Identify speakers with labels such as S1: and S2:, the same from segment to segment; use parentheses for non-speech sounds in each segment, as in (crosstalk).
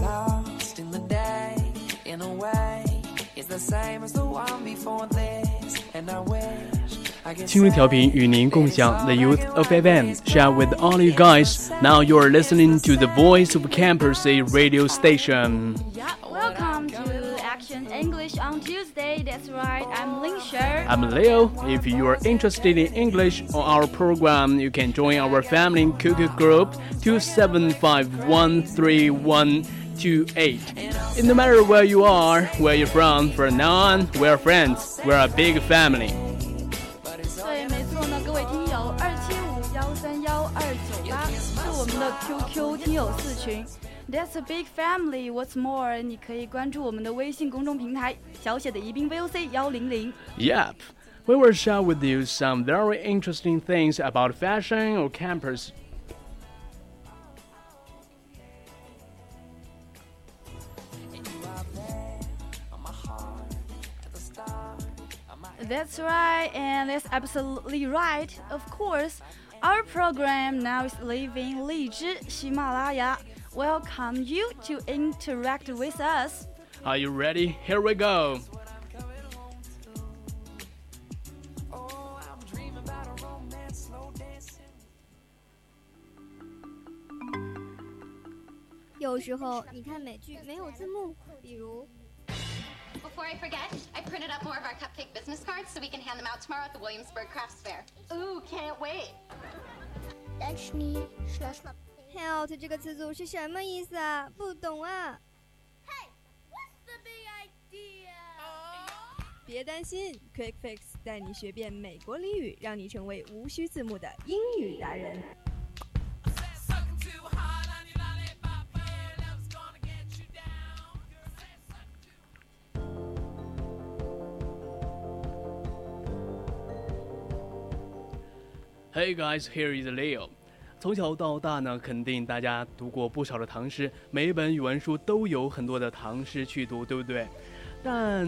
S1: lost in the day in a way it's the same as the one before this and i wish i could
S2: 青春调频与您共享 The Youth of FM. Share with all you guys. Now you are listening to the voice of Campus A radio station.
S3: Yeah, welcome to Action English on Tuesday. That's right, I'm Ling Sher.
S2: I'm Leo. If you are interested in English on our program, you can join our family QQ group 275131128. It no matter where you are, where you're from, from now on, we're friends. We're a big family.
S3: 对，没错呢，各位听友，二七五幺三幺二九八是我们的 QQ 听友四群。That's a big family. What's more，你可以关注我们的微信公众平台小写的宜宾 VOC 幺零零。
S2: Yep. We will share with you some very interesting things about fashion or campus.
S3: That's right, and that's absolutely right. Of course, our program now is leaving 荔枝喜马拉雅。Welcome you to interact with us.
S2: Are you ready? Here we go.
S1: oh i'm dreaming about a romance slow dancing
S4: 有时候你看美剧没有字幕，比如
S5: Before I forget, I printed up more of our cupcake business cards so we can hand them out tomorrow at the Williamsburg Crafts Fair. Ooh, can't wait.
S4: Destiny Help 这个词组是什么意思啊？不懂啊。
S6: 别担心，Quick Fix 带你学遍美国俚语，让你成为无需字幕的英语达人。
S2: Hey guys, here is Leo. 从小到大呢，肯定大家读过不少的唐诗，每一本语文书都有很多的唐诗去读，对不对？但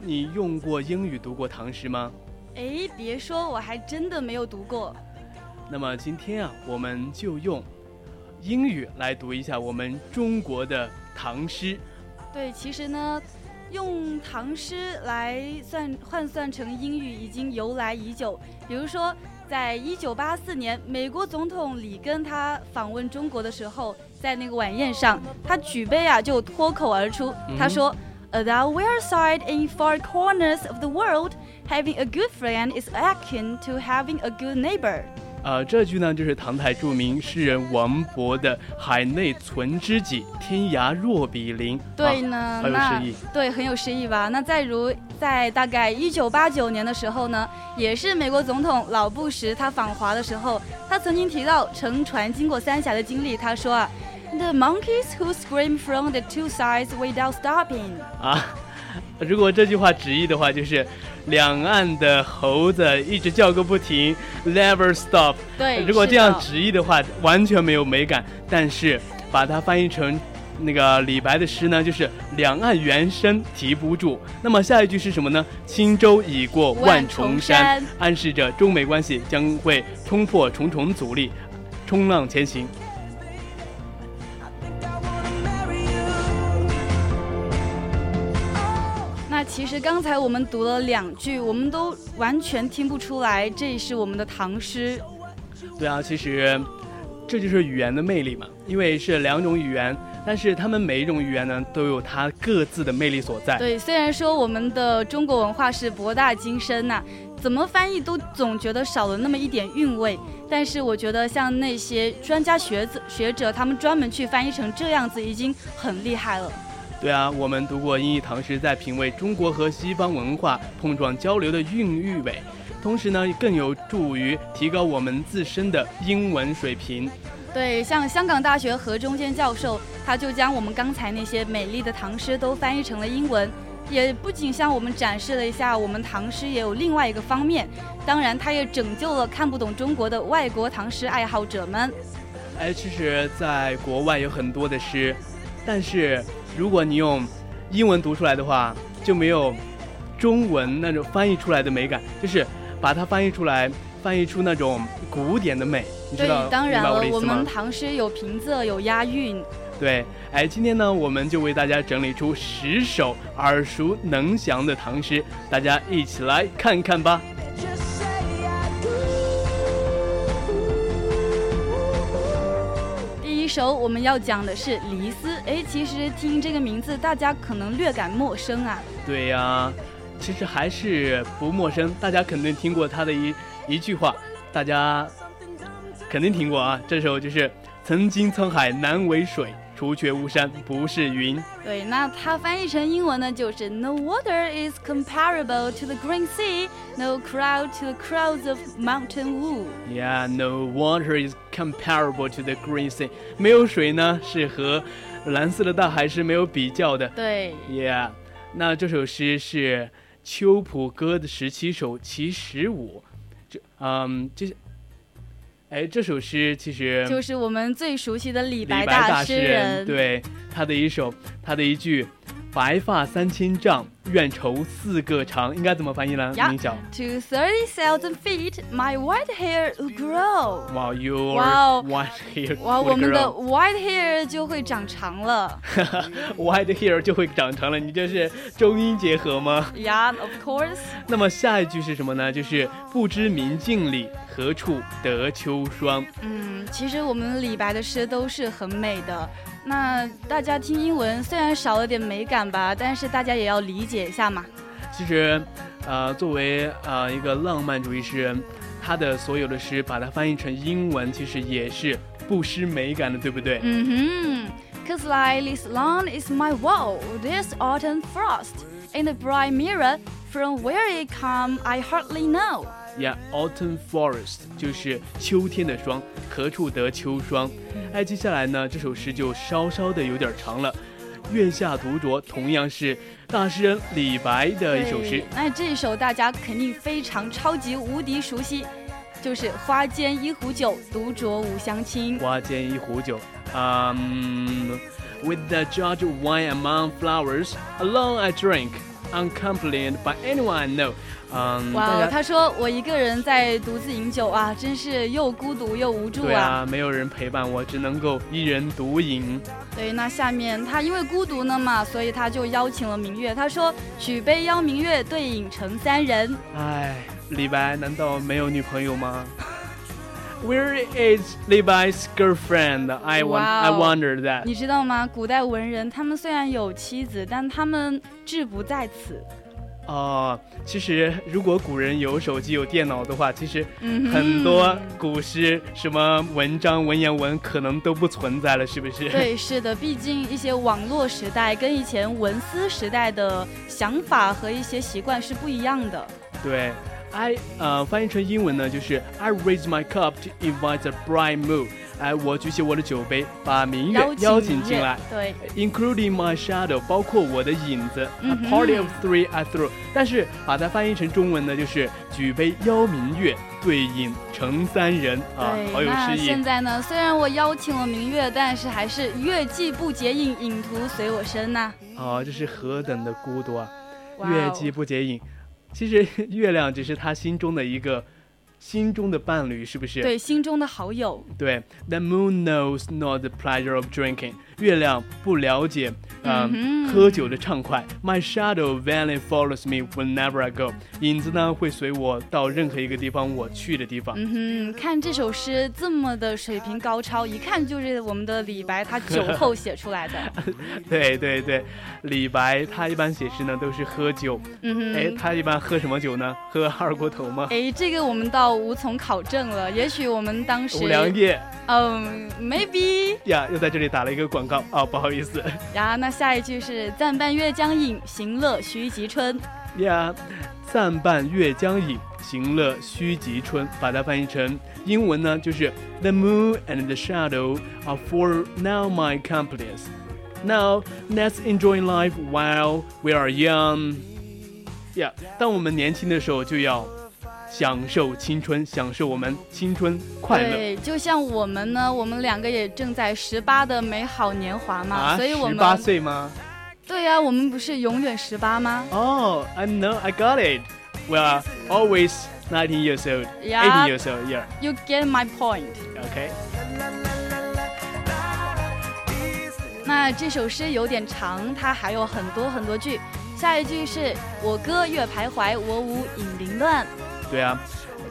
S2: 你用过英语读过唐诗吗？
S3: 诶，哎别说，我还真的没有读过。
S2: 那么今天啊，我们就用英语来读一下我们中国的唐诗。
S3: 对，其实呢，用唐诗来算换算成英语已经由来已久。比如说，在一九八四年，美国总统里根他访问中国的时候，在那个晚宴上，他举杯啊就脱口而出，他说。At our we're side in far corners of the world, having a good friend is akin to having a good neighbor.
S2: 呃，这句呢就是唐代著名诗人王勃的“海内存知己，天涯若比邻”啊。
S3: 对呢，
S2: 很有
S3: 那
S2: 诗意。
S3: 对很有诗意吧？那再如在大概一九八九年的时候呢，也是美国总统老布什他访华的时候，他曾经提到乘船经过三峡的经历，他说啊，The monkeys who scream from the two sides without stopping。
S2: 啊， (laughs) 如果这句话直译的话，就是两岸的猴子一直叫个不停，never stop。
S3: 对，
S2: 如果
S3: 是
S2: 这样
S3: 的
S2: 直译的话，完全没有美感。但是把它翻译成那个李白的诗呢，就是两岸猿声啼不住。那么下一句是什么呢？轻舟已过万重山，
S3: 万重山
S2: 暗示着中美关系将会冲破重重阻力，冲浪前行。
S3: 那其实刚才我们读了两句，我们都完全听不出来这是我们的唐诗。
S2: 对啊，其实这就是语言的魅力嘛，因为是两种语言，但是他们每一种语言呢都有它各自的魅力所在。
S3: 对，虽然说我们的中国文化是博大精深呐、怎么翻译都总觉得少了那么一点韵味。但是我觉得像那些专家学子学者，他们专门去翻译成这样子，已经很厉害了。
S2: 对啊，我们读过英译唐诗，在品味中国和西方文化碰撞交流的孕育美。同时呢，更有助于提高我们自身的英文水平。
S3: 对，像香港大学何中坚教授，他就将我们刚才那些美丽的唐诗都翻译成了英文，也不仅向我们展示了一下我们唐诗也有另外一个方面，当然，他也拯救了看不懂中国的外国唐诗爱好者们。
S2: 哎，其实，在国外有很多的诗，但是如果你用英文读出来的话，就没有中文那种翻译出来的美感，就是把它翻译出来，翻译出那种古典的美。你知
S3: 对
S2: 道，
S3: 当然
S2: 明白
S3: 了
S2: 我的，意
S3: 我
S2: 思吗
S3: 们唐诗有平仄，有押韵。
S2: 对，哎，今天呢，我们就为大家整理出十首耳熟能详的唐诗，大家一起来看看吧。
S3: 第一首我们要讲的是《离思》，哎，其实听这个名字，大家可能略感陌生啊。
S2: 对呀、其实还是不陌生，大家肯定听过他的一一句话，大家肯定听过啊。这首就是“曾经沧海难为水，除却巫山不是云
S3: 对，那它翻译成英文呢，就是 No water is comparable to the green sea, no crowd to the crowds of mountain woo。
S2: ”Yeah, no water is comparable to the green sea。没有水呢，是和蓝色的大海是没有比较的。
S3: 对，
S2: Yeah，那这首诗是秋浦歌的十七首其十五。这，嗯，这，哎，这首诗其实
S3: 就是我们最熟悉的李
S2: 李
S3: 白
S2: 白
S3: 大
S2: 诗
S3: 诗人。，
S2: 对他的一首，他的一句“白发三千丈，愿愁四个长”，应该怎么翻译呢？
S3: 呀
S2: 明晓。
S3: To thirty thousand feet, my white hair will grow。
S2: 哇，you
S3: 哇哦
S2: white hair，
S3: 哇，我们的
S2: girl
S3: white hair 就会长长了。
S2: white hair 就会长成了，你这是中英结合吗？ (laughs)
S3: Yeah, of course。
S2: 那么下一句是什么呢？就是不知明镜里，何处得秋霜。
S3: 嗯，其实我们李白的诗都是很美的。那大家听英文虽然少了点美感吧，但是大家也要理解一下嘛。
S2: 其实，呃，作为呃一个浪漫主义诗人，他的所有的诗把它翻译成英文，其实也是不失美感的，对不对？
S3: Mm-hmm. Cause like this lawn is my wall, this autumn frost. In the bright mirror, from where it come, I hardly know.
S2: Yeah, autumn forest 就是秋天的霜，何处得秋霜？哎，接下来呢，这首诗就稍稍的有点长了。月下独酌同样是大诗人李白的一首诗
S3: 对。那这一首大家肯定非常超级无敌熟悉，就是“花间一壶酒，独酌无相亲
S2: 花间一壶酒，嗯、um,，With the judge wine among flowers, alone I drink, unaccompanied by anyone I know。嗯，”。
S3: 哇，哦
S2: 大家
S3: 他说我一个人在独自饮酒啊，真是又孤独又无助
S2: 对啊，没有人陪伴我，只能够一人独饮。
S3: 对，那下面他因为孤独呢嘛，所以他就邀请了明月。他说：“举杯邀明月，对影成
S2: (laughs)
S3: 三人。”
S2: 唉，李白难道没有女朋友吗？Where is 李白 's girlfriend? I w o n
S3: Wow
S2: I wonder that.
S3: 你知道吗？古代文人他们虽然有妻子，但他们志不在此。
S2: 哦，其实如果古人有手机有电脑的话，其实
S3: 嗯哼
S2: 很多古诗、什么文章、文言文可能都不存在了，是不是？
S3: (laughs) 对，是的，毕竟一些网络时代跟以前文思时代的想法和一些习惯是不一样的。
S2: (laughs) 对，I 呃翻译成英文呢就是 I raise my cup to invite the bright moon。哎，我举起我的酒杯，把明月邀请
S3: 明
S2: 进
S3: 月
S2: 来。
S3: 对，
S2: Including my shadow，包括我的影子。
S3: 嗯哼
S2: a party of three I threw，但是把它翻译成中文呢，就是举杯邀明月，对影成三人啊，好
S3: 对，
S2: 有
S3: 那
S2: 诗意
S3: 现。在呢？虽然我邀请了明月，但是还是月既不解饮，影徒随我身呐、
S2: 啊，这是何等的孤独啊！
S3: 哇哦
S2: 月既不解饮，其实 (laughs) 月亮只是他心中的一个心中的伴侣，是不是？
S3: 对，心中的好友。
S2: 对，The moon knows not the pleasure of drinking，月亮不了解，嗯，喝酒的畅快。My shadow valley follows me whenever I go，影子呢会随我到任何一个地方我去的地方。
S3: 嗯哼，看这首诗这么的水平高超，一看就是我们的李白
S2: (laughs)
S3: 他酒后写出来的。
S2: 对对对，李白他一般写诗呢都是喝酒，
S3: 嗯哼，
S2: 哎，他一般喝什么酒呢？喝二锅头吗？
S3: 哎，这个我们倒无从考证了。也许我们当时，
S2: 五粮液
S3: 嗯，maybe
S2: 呀，又在这里打了一个广告啊、不好意思。
S3: 呀。那下一句是“暂伴月将饮，行乐须及春
S2: 呀，暂伴月将影，行乐须及春”，把它翻译成英文呢，就是：“The moon and the shadow are for now my companies. Now let's enjoy life while we are young.” Yeah，当我们年轻的时候就要享受青春，享受我们青春快乐。
S3: 对，就像我们呢，我们两个也正在十八的美好年华嘛，
S2: 啊，
S3: 所以我
S2: 十
S3: 们
S2: 八岁吗？
S3: 对呀、我们不是永远十八吗？
S2: Oh, I know, I got it. We are always 19 years old,
S3: 呀
S2: 18 years old. Yeah,
S3: You get my point。
S2: okay.
S3: 那这首诗有点长，它还有很多很多句。下一句是我歌越徘徊，我舞引凌乱。
S2: 对啊。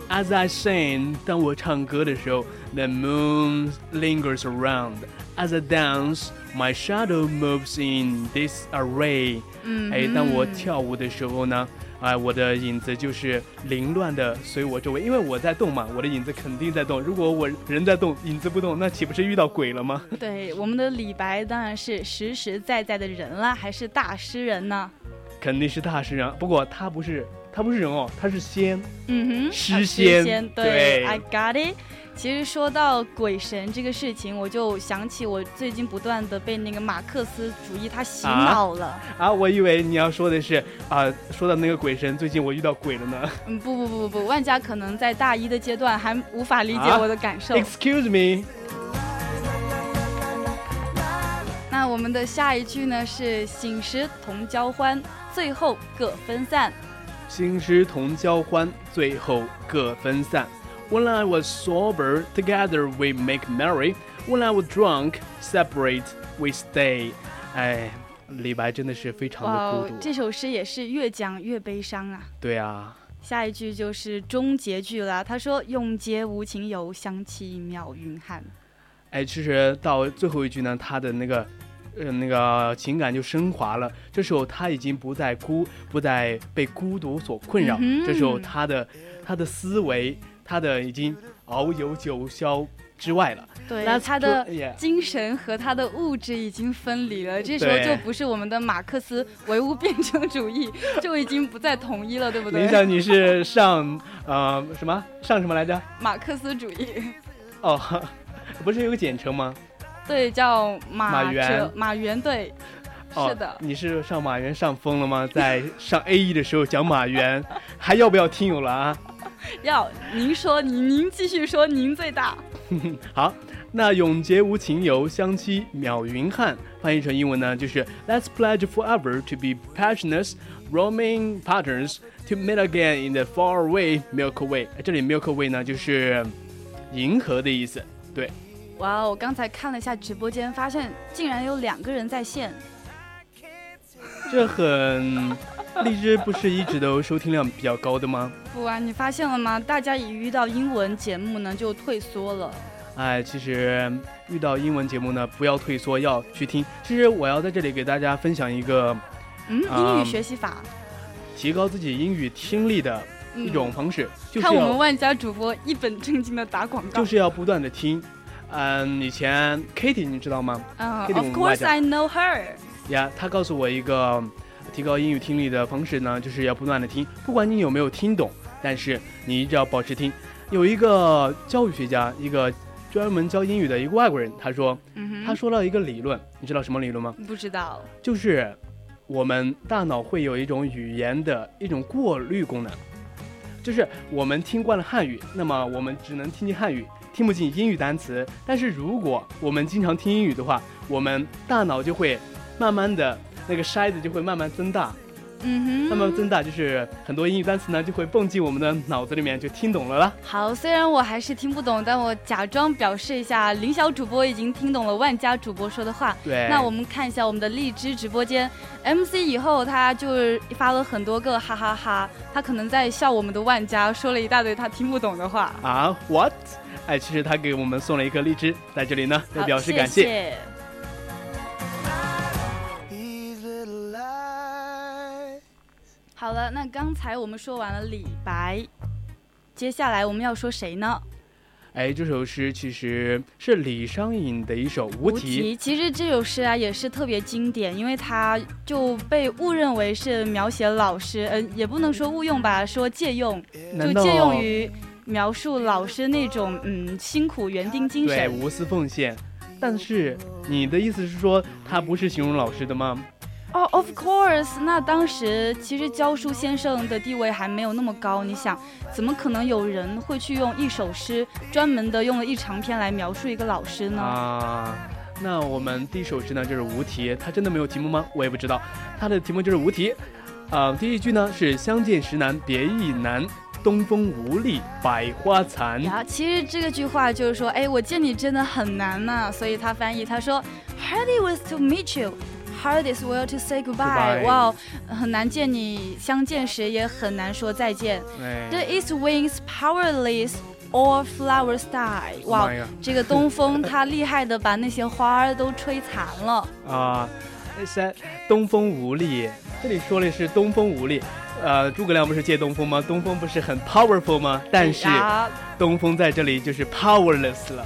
S2: As I sing，当我唱歌的时候，the moon lingers around. As I dance, my shadow moves in disarray.
S3: 嗯，
S2: 哎，当我跳舞的时候呢，哎，我的影子就是凌乱的随我周围，因为我在动嘛，我的影子肯定在动。如果我人在动，影子不动，那岂不是遇到鬼了吗？ (laughs)
S3: 对，我们的李白当然是实实在在的人啦，还是大诗人呢。
S2: 肯定是大诗人，不过他不是，他不是人哦，他是仙。
S3: 嗯哼，
S2: 诗
S3: 啊
S2: 仙对
S3: 对，I got it。其实说到鬼神这个事情，我就想起我最近不断的被那个马克思主义他洗
S2: 啊
S3: 脑了。
S2: 啊，我以为你要说的是啊、说到那个鬼神，最近我遇到鬼了呢。
S3: 嗯，不不不不不，万家可能在大一的阶段还无法理解
S2: 啊
S3: 我的感受。
S2: Excuse me，
S3: 那我们的下一句呢是“醒时同交欢，最后各分散
S2: 新诗同交欢，最后各分散。When I was sober, together we make merry. When I was drunk, separate we stay. 哎，李白真的是非”。常
S3: 哇
S2: 的
S3: 哦
S2: 孤，独。
S3: 这首诗也是越讲越悲伤啊。
S2: 对啊，
S3: 下一句就是终结句啦，他说“永结无情游，相期邈云汉
S2: 哎，其实到最后一句呢，他的那个，呃，那个情感就升华了。这时候他已经不再孤，不再被孤独所困扰。
S3: 嗯哼
S2: 这时候他的，他的思维，他的已经遨游九霄之外了。”。
S3: 对，
S2: That's
S3: 他的
S2: true- yeah
S3: 精神和他的物质已经分离了，这时候
S2: 对
S3: 就不是我们的马克思唯物辩证主
S2: (laughs)
S3: 义，就已经不再统一了，对不
S2: 林
S3: 对？
S2: 想你是上呃什么上什么来着？
S3: 马克思主义。
S2: 哦，不是有个简称吗？
S3: 对，叫马
S2: 马原
S3: 哲马原对，
S2: 哦、
S3: 是的，
S2: 你是上马原上疯了吗？在上 A E 的时候讲马原，还要不要听友了啊？
S3: 要您说您您继续说您最大，
S2: 好，那永结无情游，相期邈云汉，翻译成英文呢，就是 Let's pledge forever to be passionate, roaming partners to meet again in the faraway Milky Way。哎这里 Milky Way 呢，就是银河的意思。对，
S3: 哇哦！刚才看了一下直播间，发现竟然有两个人在线，
S2: (laughs) 这很，荔枝不是一直都收听量比较高的吗？
S3: 不啊，你发现了吗？大家一遇到英文节目呢，就退缩了。
S2: 哎，其实遇到英文节目呢，不要退缩，要去听。其实我要在这里给大家分享一个
S3: 嗯，英
S2: 啊
S3: 语学习法，
S2: 提高自己英语听力的
S3: 嗯、
S2: 一种方式，就是
S3: 看我们
S2: 要
S3: 万家主播一本正经的打广告，
S2: 就是要不断的听。嗯，以前 Kitty 你知道吗？
S3: 嗯、
S2: 给
S3: o
S2: 你
S3: f
S2: 们外
S3: course
S2: 教
S3: I know her，
S2: 呀，她告诉我一个呃提高英语听力的方式呢，就是要不断的听，不管你有没有听懂，但是你一直要保持听。有一个教育学家，一个专门教英语的一个外国人，他说，
S3: 嗯
S2: 他
S3: 哼，
S2: 说了一个理论，你知道什么理论吗？
S3: 嗯不知道，
S2: 就是我们大脑会有一种语言的一种过滤功能，就是我们听惯了汉语，那么我们只能听进汉语，听不进英语单词。但是如果我们经常听英语的话，我们大脑就会慢慢的那个筛子就会慢慢增大，
S3: 嗯
S2: 慢
S3: 哼。
S2: 慢增大，就是很多英语单词呢就会蹦进我们的脑子里面，就听懂了啦。
S3: 好，虽然我还是听不懂，但我假装表示一下，林小主播已经听懂了万家主播说的话。
S2: 对，
S3: 那我们看一下我们的荔枝直播间，MC 以后他就是发了很多个哈哈哈他可能在笑我们的万家，说了一大堆他听不懂的话。
S2: 啊，what？哎，其实他给我们送了一颗荔枝，在这里呢要
S3: 好
S2: 表示感
S3: 谢
S2: 谢。
S3: 谢
S1: These little lies
S3: 好了，那刚才我们说完了李白，接下来我们要说谁呢？
S2: 哎，这首诗其实是李商隐的一首《无
S3: 无
S2: 题》。
S3: 题。其实这首诗啊也是特别经典，因为它就被误认为是描写老师，嗯、也不能说误用吧，说借用，
S2: 难
S3: 就
S2: 道
S3: 借用于描述老师那种嗯辛苦园丁精
S2: 对
S3: 神。
S2: 无私奉献？但是你的意思是说，它不是形容老师的吗？
S3: 哦、o f course，那当时其实教书先生的地位还没有那么高，你想，怎么可能有人会去用一首诗专门的用了一长篇来描述一个老师呢？
S2: 啊，那我们第一首诗呢就是无题，它真的没有题目吗？我也不知道，它的题目就是无题。啊、第一句呢是相见时难别亦难，东风无力百花残。
S3: 然后其实这个句话就是说，哎，我见你真的很难呐、所以他翻译他说，Hardy was to meet you。Hard is well to say goodbye.
S2: Goodbye.
S3: 哇哦，很难见你，相见时也很难说再见。
S2: 哎
S3: The east winds powerless, all flowers die. 哇
S2: 妈呀
S3: 哦，这个东风它厉害的把那些花儿都吹残了。
S2: 啊，三东风无力，这里说的是东风无力。呃，诸葛亮不是借东风吗？东风不是很 powerful 吗？但是
S3: 啊
S2: 东风在这里就是 powerless 了，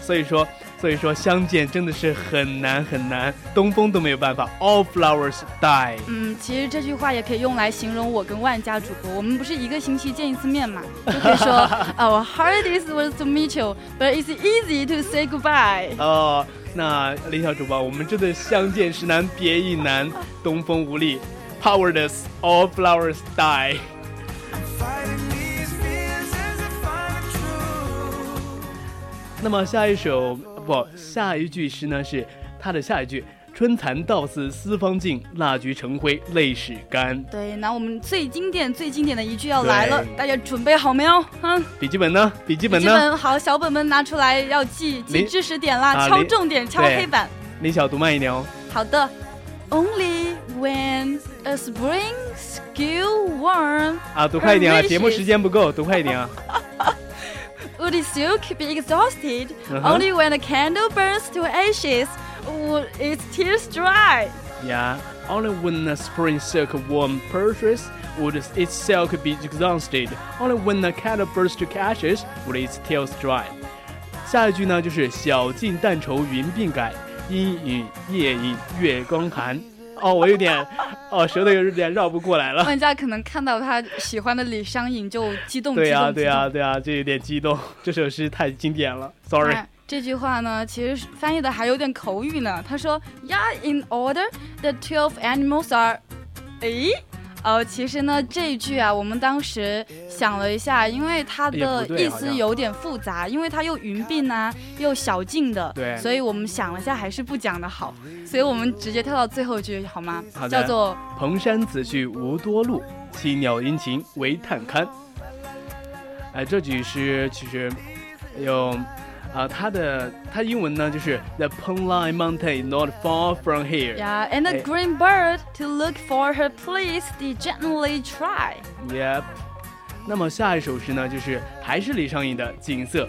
S2: 所以说，所以说相见真的是很难很难，东风都没有办法，all flowers die。
S3: 嗯，其实这句话也可以用来形容我跟万家主播，我们不是一个星期见一次面嘛，就可 (laughs) 以说呃 Our hardest was to meet you, but it's easy to say goodbye。
S2: 哦，那林小主播，我们真的相见时难别亦难，东风无力，powerless all flowers die。那么下一首不，下一句诗呢是它的下一句：春蚕到死丝方尽，蜡炬成灰泪始干。
S3: 对，那我们最经典、最经典的一句要来了
S2: 对，
S3: 大家准备好没有？嗯，
S2: 笔记本呢？笔记
S3: 笔
S2: 本
S3: 记
S2: 呢？
S3: 本好，小本本拿出来要记记
S2: 林
S3: 知识点
S2: 啊
S3: 啦，敲
S2: 林
S3: 重点，敲
S2: 对
S3: 黑板。
S2: 林小读慢一点哦。
S3: 好的。Only when a spring skill worm
S2: 啊，读快一点啊，
S3: Unleashes
S2: 节目时间不够，读快一点啊。
S3: Would silk be exhausted
S2: Uh-huh.
S3: only when a candle burns to ashes? Would its tears (laughs) dry?
S2: Yeah, only when a spring silk worm purchase would its silk be exhausted. Only when a cat bursts to ashes would its tails dry. 下一句呢，就是晓镜但愁云鬓改，阴雨夜饮月光寒。哦，我有点， (laughs) 哦，舌头有点绕不过来了。
S3: (laughs) 万家可能看到他喜欢的李商隐就激动，
S2: 对
S3: 激
S2: 呀、
S3: 动，
S2: 对
S3: 激
S2: 呀、
S3: 动
S2: 对呀、这有点激动。这首诗太经典了，Sorry。
S3: 哎这句话呢，其实是翻译的还有点口语呢。他说，Yeah, in order, the twelve animals are，诶。呃，其实呢，这一句啊，我们当时想了一下，因为它
S2: 也哎不
S3: 的
S2: 对
S3: 意
S2: 好
S3: 思
S2: 像
S3: 有点复杂，因为它又云鬓啊，又小径的，
S2: 对
S3: 所以我们想了一下，还是不讲的好，所以我们直接跳到最后一句好吗？
S2: 好的
S3: 叫做
S2: 蓬山此去无多路，栖鸟殷勤为探看。哎，这句诗其实有啊、它的它英文呢就是 The Pengline Mountain is not far from here.
S3: Yeah, and the
S2: 哎
S3: green bird to look for her place, they gently try.
S2: Yep. 那么下一首诗呢，就是还是李商隐的《景色》。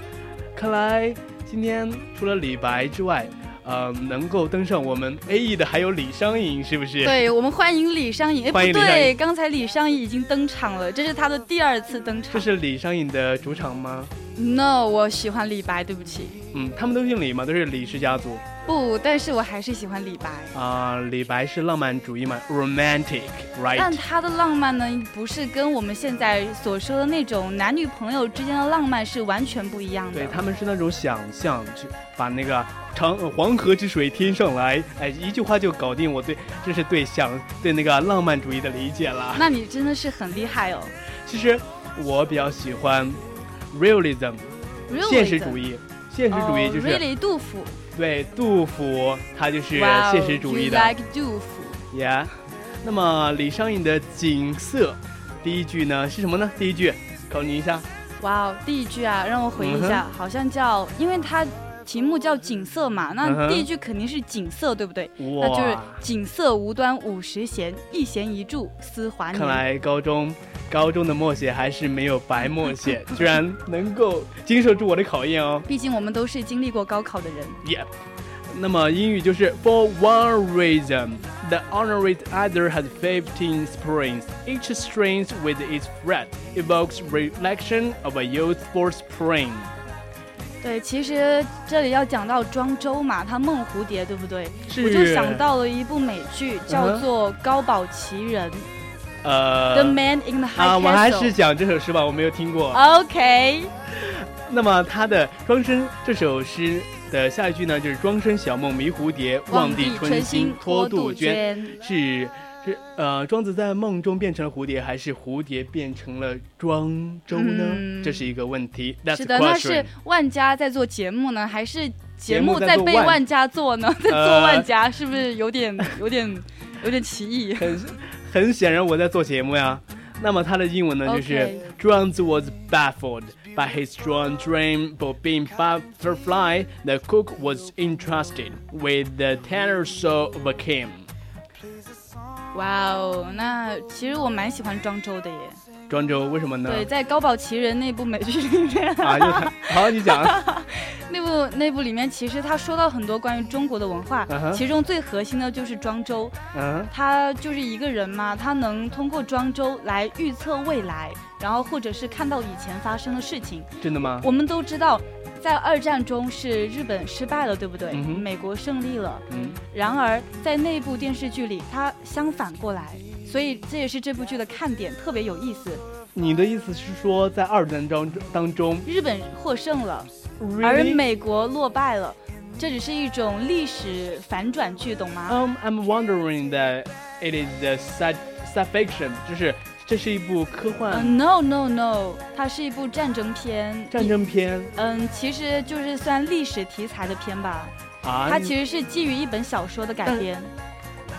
S2: 看来今天除了李白之外，呃，能够登上我们 A E 的还有李商隐，是不是？
S3: 对我们欢迎李商隐。哎，
S2: 欢迎
S3: 不
S2: 李商
S3: 对，
S2: 隐
S3: 刚才李商隐已经登场了，这是他的第二次登
S2: 这
S3: 场。
S2: 是李商隐的主场吗？
S3: No，我喜欢李白，对不起。
S2: 嗯，他们都姓李嘛，都是李氏家族。
S3: 不，但是我还是喜欢李白。
S2: 啊、李白是浪漫主义嘛
S3: 但
S2: ，romantic，right？
S3: 他的浪漫呢，不是跟我们现在所说的那种男女朋友之间的浪漫是完全不一样的
S2: 对，。他们是那种想象，去把那个长呃黄河之水天上来，哎，一句话就搞定我对，这是对想对那个浪漫主义的理解了。
S3: 那你真的是很厉害哦。
S2: 其实我比较喜欢 realism，
S3: Realism
S2: 现实主义。现实主义就是、
S3: 哦、really 杜甫，
S2: 对杜甫，他就是
S3: 哇哦
S2: 现实主义的
S3: You like 杜甫。
S2: ，yeah。那么李商隐的《景色》，第一句呢是什么呢？第一句，考你一下。
S3: 哇哦，第一句啊，让我回忆一
S2: 嗯
S3: 下，好像叫，因为它题目叫景色嘛，
S2: 嗯
S3: 那
S2: 哼
S3: 第一句肯定是景色，对不对？
S2: 哇
S3: 那就是景色无端五十弦，一弦一柱思华年。
S2: 看来高中高中的默写还是没有白默写，居然能够经受住我的考验哦。
S3: 毕竟我们都是经历过高考的人。
S2: Yep。那么英语就是 For one reason, the honored either has fifteen springs, each string with its fret evokes recollection of a youthful spring.
S3: 对，其实这里要讲到庄周嘛，他梦蝴蝶，对不对？
S2: 是嗯
S3: 我就想到了一部美剧，叫做《高保奇人》
S2: 呃
S3: The Man in the High Castle》。
S2: 啊，我还啊是讲这首诗吧，我没有听过。
S3: OK，
S2: 那么他的《庄生》这首诗的下一句呢，就是“庄生晓梦迷蝴蝶，望帝春心托杜鹃”，是是呃，庄子在梦中变成了蝴蝶，还是蝴蝶变成了庄周呢？
S3: 嗯
S2: 这是一个问题。That's
S3: 是
S2: a
S3: 的，那是
S2: question。
S3: 万家在做节目呢，还是节
S2: 目
S3: 目
S2: 在
S3: 在
S2: 做
S3: 被
S2: 万
S3: 万家做
S2: (laughs)
S3: 呢？在做
S2: 呃
S3: 万家，是不是有点有点有点歧义
S2: 很显然我在做节目呀。那么它的英文呢，就是
S3: OK
S2: Jones was baffled by his strong dream for being butterfly. The cook was entrusted with the tenor soul of a king.
S3: 哇哦，那其实我蛮喜欢庄周的耶。
S2: 庄周为什么呢？
S3: 对，在《高保奇人》那部美剧里面， (laughs)
S2: 啊，就他好，你讲。 (laughs)
S3: 那部那部里面，其实他说到很多关于中国的文化
S2: 嗯哼
S3: 其中最核心的就是庄周，
S2: 嗯，
S3: 他就是一个人嘛，他能通过庄周来预测未来，然后或者是看到以前发生的事情。
S2: 真的吗？
S3: 我们都知道，在二战中是日本失败了，对不对？
S2: 嗯哼
S3: 美国胜利了。
S2: 嗯，
S3: 然而在那部电视剧里，它相反过来，所以这也是这部剧的看点，特别有意思。
S2: 你的意思是说，在二战当当中，
S3: 日本获胜了，而
S2: really?
S3: 美国落败了，这只是一种历史反转剧，懂吗？
S2: Um, I'm wondering that it is the sci sci fiction，就是这是一部科
S3: 呃
S2: 幻
S3: no no no，它是一部战争片。
S2: 战争片
S3: 嗯，其实就是算历史题材的片吧，
S2: 啊。
S3: 它其实是基于一本小说的改
S2: 但
S3: 编。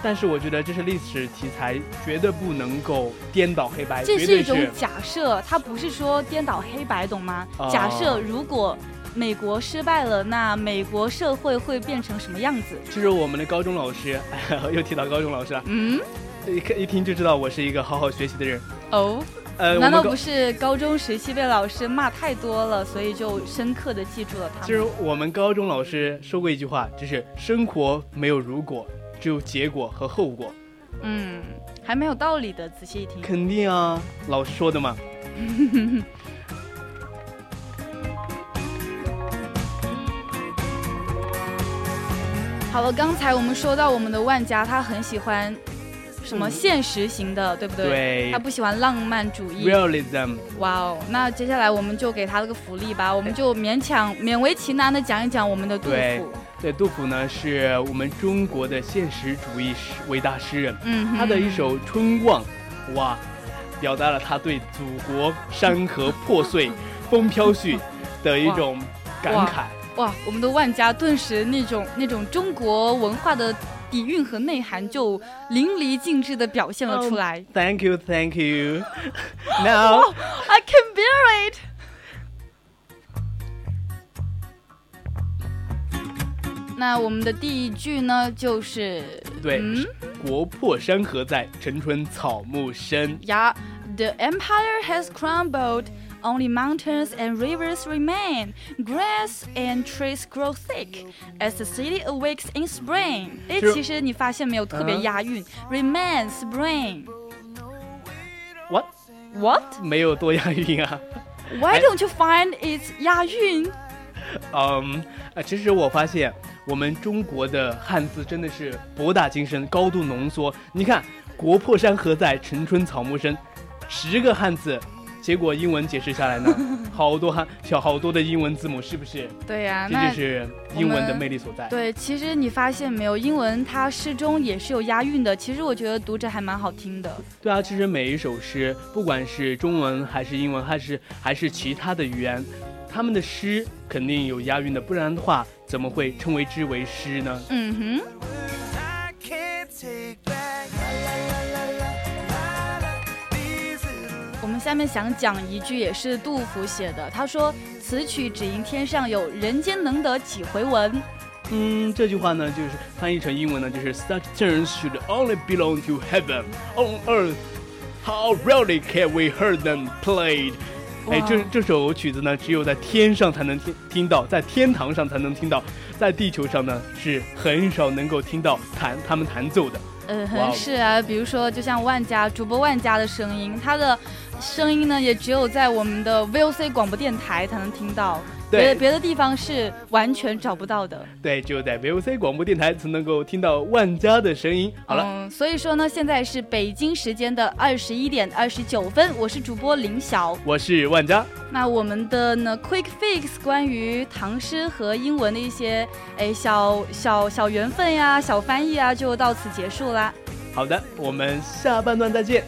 S2: 但是我觉得这是历史题材，绝对不能够颠倒黑白，
S3: 这
S2: 绝
S3: 是
S2: 对
S3: 一种
S2: 是
S3: 假设，它不是说颠倒黑白，懂吗？
S2: 哦
S3: 假设如果美国失败了，那美国社会会变成什么样子？
S2: 这是我们的高中老师，哎又提到高中老师了，
S3: 嗯，
S2: 一看一听就知道我是一个好好学习的人。
S3: 哦，
S2: 呃，我
S3: 难
S2: 们
S3: 道
S2: 高
S3: 不是高中时期被老师骂太多了，所以就深刻的记住了他
S2: 其
S3: 们？
S2: 实我们高中老师说过一句话，就是生活没有如果，只有结果和后果。
S3: 嗯，还蛮有道理的，仔细一听。
S2: 肯定啊，老师说的嘛。
S3: 好了，刚才我们说到我们的万家，他很喜欢什么现实型的，对不对？
S2: 嗯对
S3: 他不喜欢浪漫主义。
S2: Realism，
S3: 哇哦，那接下来我们就给他了个福利吧，我们就勉强勉为其难的讲一讲我们的杜
S2: 对
S3: 甫。
S2: 对，杜甫呢是我们中国的现实主义诗伟大诗人，
S3: 嗯哼，
S2: 他的一首《春望》，哇，表达了他对祖国山河破
S3: (laughs)
S2: 碎、风飘絮的一种感慨。
S3: 哇，我们的万家顿时那种那种中国文化的底蕴和内涵就淋漓尽致的表现了出来。
S2: (laughs) Thank you, thank you. (laughs)
S3: (laughs)
S2: Now,
S3: I can bear it。那我们的第一句呢，就是
S2: 对
S3: 嗯，
S2: 国破山河在，城春草木深。
S3: 呀，The empire has crumbled. Only mountains and rivers remain. Grass and trees grow thick as the city awakes in spring. 哎，
S2: 是
S3: 其实你发现没有，特别
S2: 嗯
S3: 押韵。Remain spring.
S2: What？
S3: What?
S2: 没有多押韵啊。
S3: Why
S2: 哎
S3: don't you find it's 押韵？
S2: 嗯，啊，其实我发现我们中国的汉字真的是博大精深，高度浓缩。你看“国破山河在，城春草木深”，十个汉字，结果英文解释下来
S3: (laughs)
S2: 呢，好多汉小好多的英文字母，是不是？
S3: 对呀、
S2: 这
S3: 那
S2: 就是
S3: 我
S2: 英文的
S3: 们
S2: 魅力所在。
S3: 对，其实你发现没有，英文它诗中也是有押韵的。其实我觉得读着还蛮好听的。
S2: 对啊，其实每一首诗，不管是中文还是英文，还是还是其他的语言，他们的诗肯定有押韵的，不然的话，怎么会称为之为诗呢？
S3: 嗯哼。
S1: I can't take back. La, la, la, la, la, la, these little
S3: 我们下面想讲一句，也是杜甫写的。他说：“此曲只应天上有，人间能得几回闻。
S2: 嗯，这句话呢，就是翻译成英文呢，就是 such things should only belong to heaven on earth. How rarely can we hear them played？哎，这
S3: 哇
S2: 这首曲子呢，只有在天上才能听听到，在天堂上才能听到，在地球上呢是很少能够听到弹他们弹奏的。”
S3: 嗯
S2: 哇
S3: 哼，
S2: 哦
S3: 是啊，比如说，就像万家主播万家的声音，他的声音呢，也只有在我们的 VOC 广播电台才能听到。别
S2: 对
S3: 别的地方是完全找不到的。
S2: 对，只有在 VOC 广播电台才能够听到万家的声音。好了，
S3: 嗯，所以说呢，现在是北京时间的二十一点二十九分，我是主播林晓。
S2: 我是万家，
S3: 那我们的呢 Quick Fix 关于唐诗和英文的一些哎小小小缘分呀、小翻译啊，就到此结束啦。
S2: 好的，我们下半段再见，